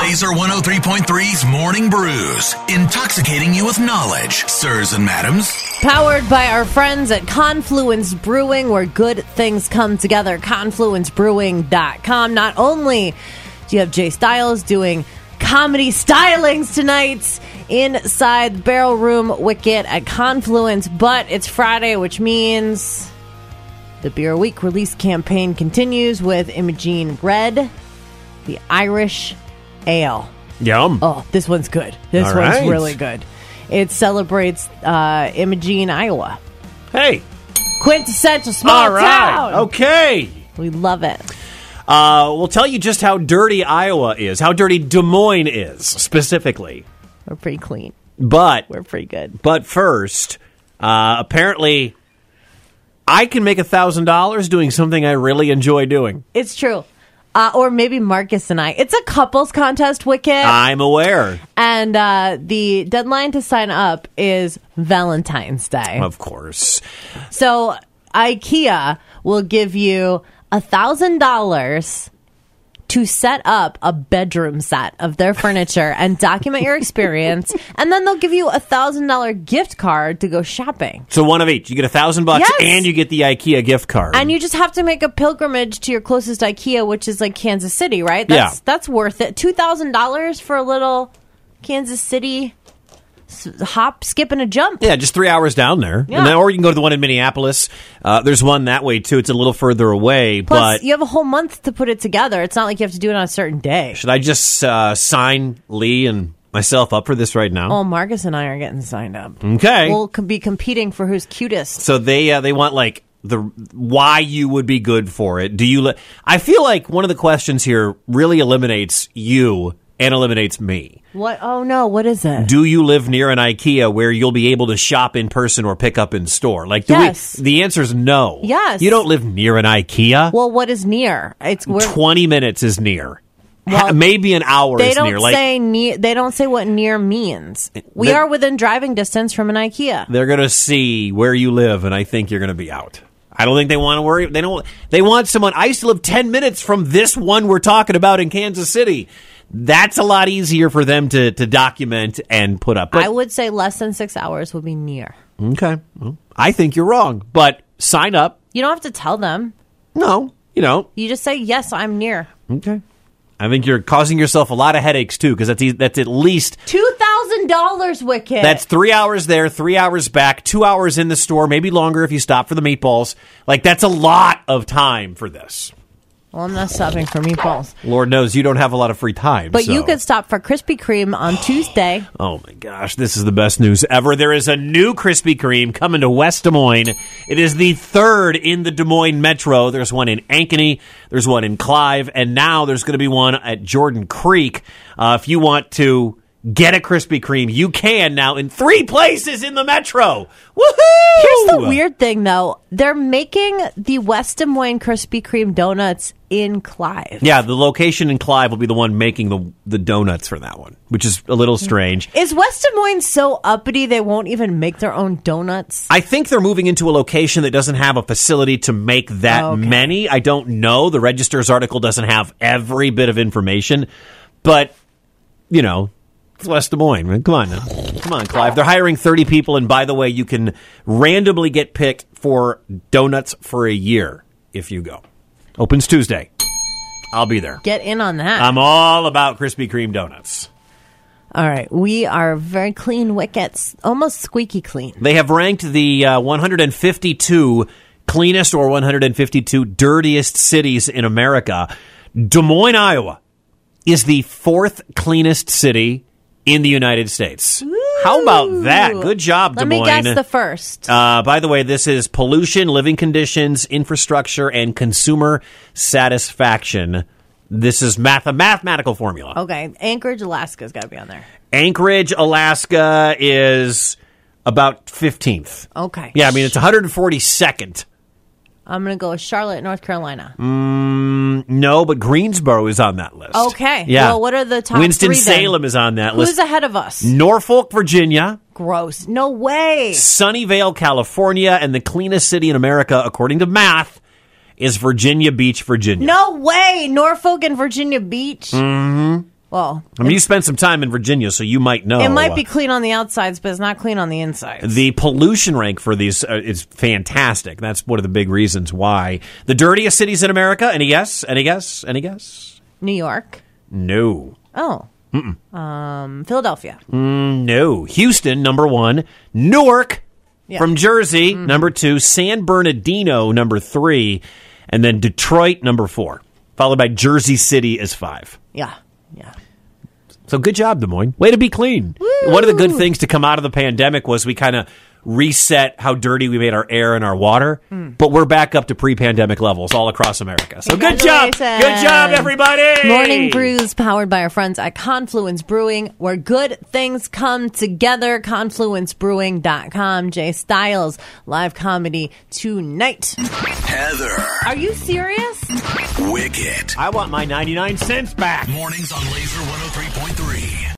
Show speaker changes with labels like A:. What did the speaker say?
A: Laser 103.3's Morning Brews, intoxicating you with knowledge, sirs and madams.
B: Powered by our friends at Confluence Brewing, where good things come together. ConfluenceBrewing.com. Not only do you have Jay Styles doing comedy stylings tonight inside the Barrel Room Wicket at Confluence, but it's Friday, which means the Beer Week release campaign continues with Imogene Red, the Irish Ale.
C: Yum.
B: Oh, this one's good. This
C: All
B: one's
C: right.
B: really good. It celebrates uh, Imogene, Iowa.
C: Hey.
B: Quintessential small
C: All right. Oh.
B: town.
C: Okay.
B: We love it.
C: Uh, we'll tell you just how dirty Iowa is, how dirty Des Moines is specifically.
B: We're pretty clean.
C: But
B: We're pretty good.
C: but first, uh, apparently, I can make a thousand dollars doing something I really enjoy doing.
B: It's true. Uh, or maybe Marcus and I. It's a couples contest, Wicket.
C: I'm aware,
B: and uh, the deadline to sign up is Valentine's Day.
C: of course.
B: So IKEA will give you a thousand dollars to set up a bedroom set of their furniture and document your experience, and then they'll give you a thousand dollar gift card to go shopping.
C: So one of each. You get a thousand bucks,
B: Yes.
C: and you get the IKEA gift card.
B: And you just have to make a pilgrimage to your closest IKEA, which is like Kansas City, right? That's
C: Yeah.
B: that's worth it. Two thousand dollars for a little Kansas City s- hop, skip, and a jump.
C: Yeah, just three hours down there,
B: Yeah.
C: and then, or you can go to the one in Minneapolis. Uh, there's one that way too. It's a little further away,
B: Plus,
C: but
B: you have a whole month to put it together. It's not like you have to do it on a certain day.
C: should I just uh, sign Lee and myself up for this right now?
B: Well, Marcus and I are getting signed up.
C: okay.
B: Oh, We'll co- be competing for who's cutest.
C: so they uh, they want like the why you would be good for it. Do you? Li- I feel like one of the questions here really eliminates you and eliminates me.
B: What? Oh no! What is it?
C: Do you live near an IKEA where you'll be able to shop in person or pick up in store? Like, do
B: Yes.
C: we, the answer is no.
B: Yes.
C: You don't live near an IKEA.
B: well, what is near? It's where
C: 20 minutes is near.
B: Well,
C: Ha- Maybe an hour
B: they
C: is
B: don't
C: near. Like
B: say near. They don't say what near means. We
C: The-
B: are within driving distance from an IKEA.
C: they're going to see where you live and I think you're going to be out. I don't think they want to worry. They don't they want someone I used to live 10 minutes from this one we're talking about in Kansas City. That's a lot easier for them to to document and put up. But-
B: I would say less than six hours would be near.
C: okay. Well, I think you're wrong, but sign up.
B: You don't have to tell them.
C: No, you know.
B: You just say yes. I'm near.
C: Okay. I think you're causing yourself a lot of headaches too because that's e- that's at least
B: Two thousand dollars, Wicket.
C: That's three hours there, three hours back, two hours in the store, maybe longer if you stop for the meatballs. Like, that's a lot of time for this.
B: well, I'm not stopping for meatballs.
C: Lord knows you don't have a lot of free time.
B: But
C: so-
B: you could stop for Krispy Kreme on Tuesday.
C: Oh my gosh, this is the best news ever. There is a new Krispy Kreme coming to West Des Moines. It is the third in the Des Moines metro. There's one in Ankeny, there's one in Clive, and now there's going to be one at Jordan Creek. Uh, if you want to get a Krispy Kreme, you can now in three places in the metro. Woohoo!
B: Here's the weird thing, though. They're making the West Des Moines Krispy Kreme donuts in Clive.
C: Yeah, the location in Clive will be the one making the the donuts for that one, which is a
B: Mm.
C: little strange.
B: Is West Des Moines so uppity they won't even make their own donuts?
C: I think they're moving into a location that doesn't have a facility to make that
B: Okay.
C: many. I don't know. The Register's article doesn't have every bit of information, but you know, it's West Des Moines. man. Come on, now. come on, Clive. They're hiring thirty people, and by the way, you can randomly get picked for donuts for a year if you go. Opens Tuesday. I'll be there.
B: Get in on that.
C: I'm all about Krispy Kreme donuts.
B: All right. We are very clean wickets, almost squeaky clean.
C: They have ranked the uh, 152 cleanest or 152 dirtiest cities in America. Des Moines, Iowa is the fourth cleanest city in the United States. How about that? Good job,
B: Let
C: Des
B: me
C: Moines.
B: guess the first.
C: uh, by the way, this is pollution, living conditions, infrastructure, and consumer satisfaction. This is math- a mathematical formula.
B: okay. Anchorage, Alaska's got to be on there.
C: Anchorage, Alaska is about 15th.
B: Okay.
C: Yeah, I mean, it's 142nd.
B: I'm going to go with Charlotte, North Carolina.
C: Mm, No, but Greensboro is on that list.
B: Okay.
C: Yeah.
B: Well, what are the top three then?
C: Winston-Salem is on that
B: Who's
C: list.
B: ahead of us?
C: Norfolk, Virginia,
B: Gross. No way.
C: Sunnyvale, California, and the cleanest city in America, according to math, is Virginia Beach, Virginia. Mm-hmm.
B: No way. Norfolk and Virginia Beach. Well,
C: I mean, you spent some time in Virginia, so you might know. Uh,
B: it might be clean on the outsides, but it's not clean on the insides.
C: The pollution rank for these uh, is fantastic. That's one of the big reasons why. The dirtiest cities in America. Any guess? Any guess? Any guess?
B: New York.
C: No.
B: Oh. Um, Philadelphia.
C: No. Houston, number one. Newark
B: Yeah. Mm-hmm.
C: from Jersey, number two. San Bernardino, number three. And then Detroit, number four. Followed by Jersey City as five.
B: Yeah. Yeah.
C: So good job, Des Moines. Way to be clean. One of the good things to come out of the pandemic was we kind of reset how dirty we made our air and our water,
B: Hmm.
C: but we're back up to pre-pandemic levels all across America. So good job, good
B: Congratulations.
C: job, everybody.
B: Morning Brews, powered by our friends at Confluence Brewing, where good things come together. ConfluenceBrewing.com. Jay Styles, live comedy tonight.
A: Heather.
B: Are you serious?
A: Wicket.
C: I want my ninety-nine cents back.
A: oh Mornings on Laser 103.3.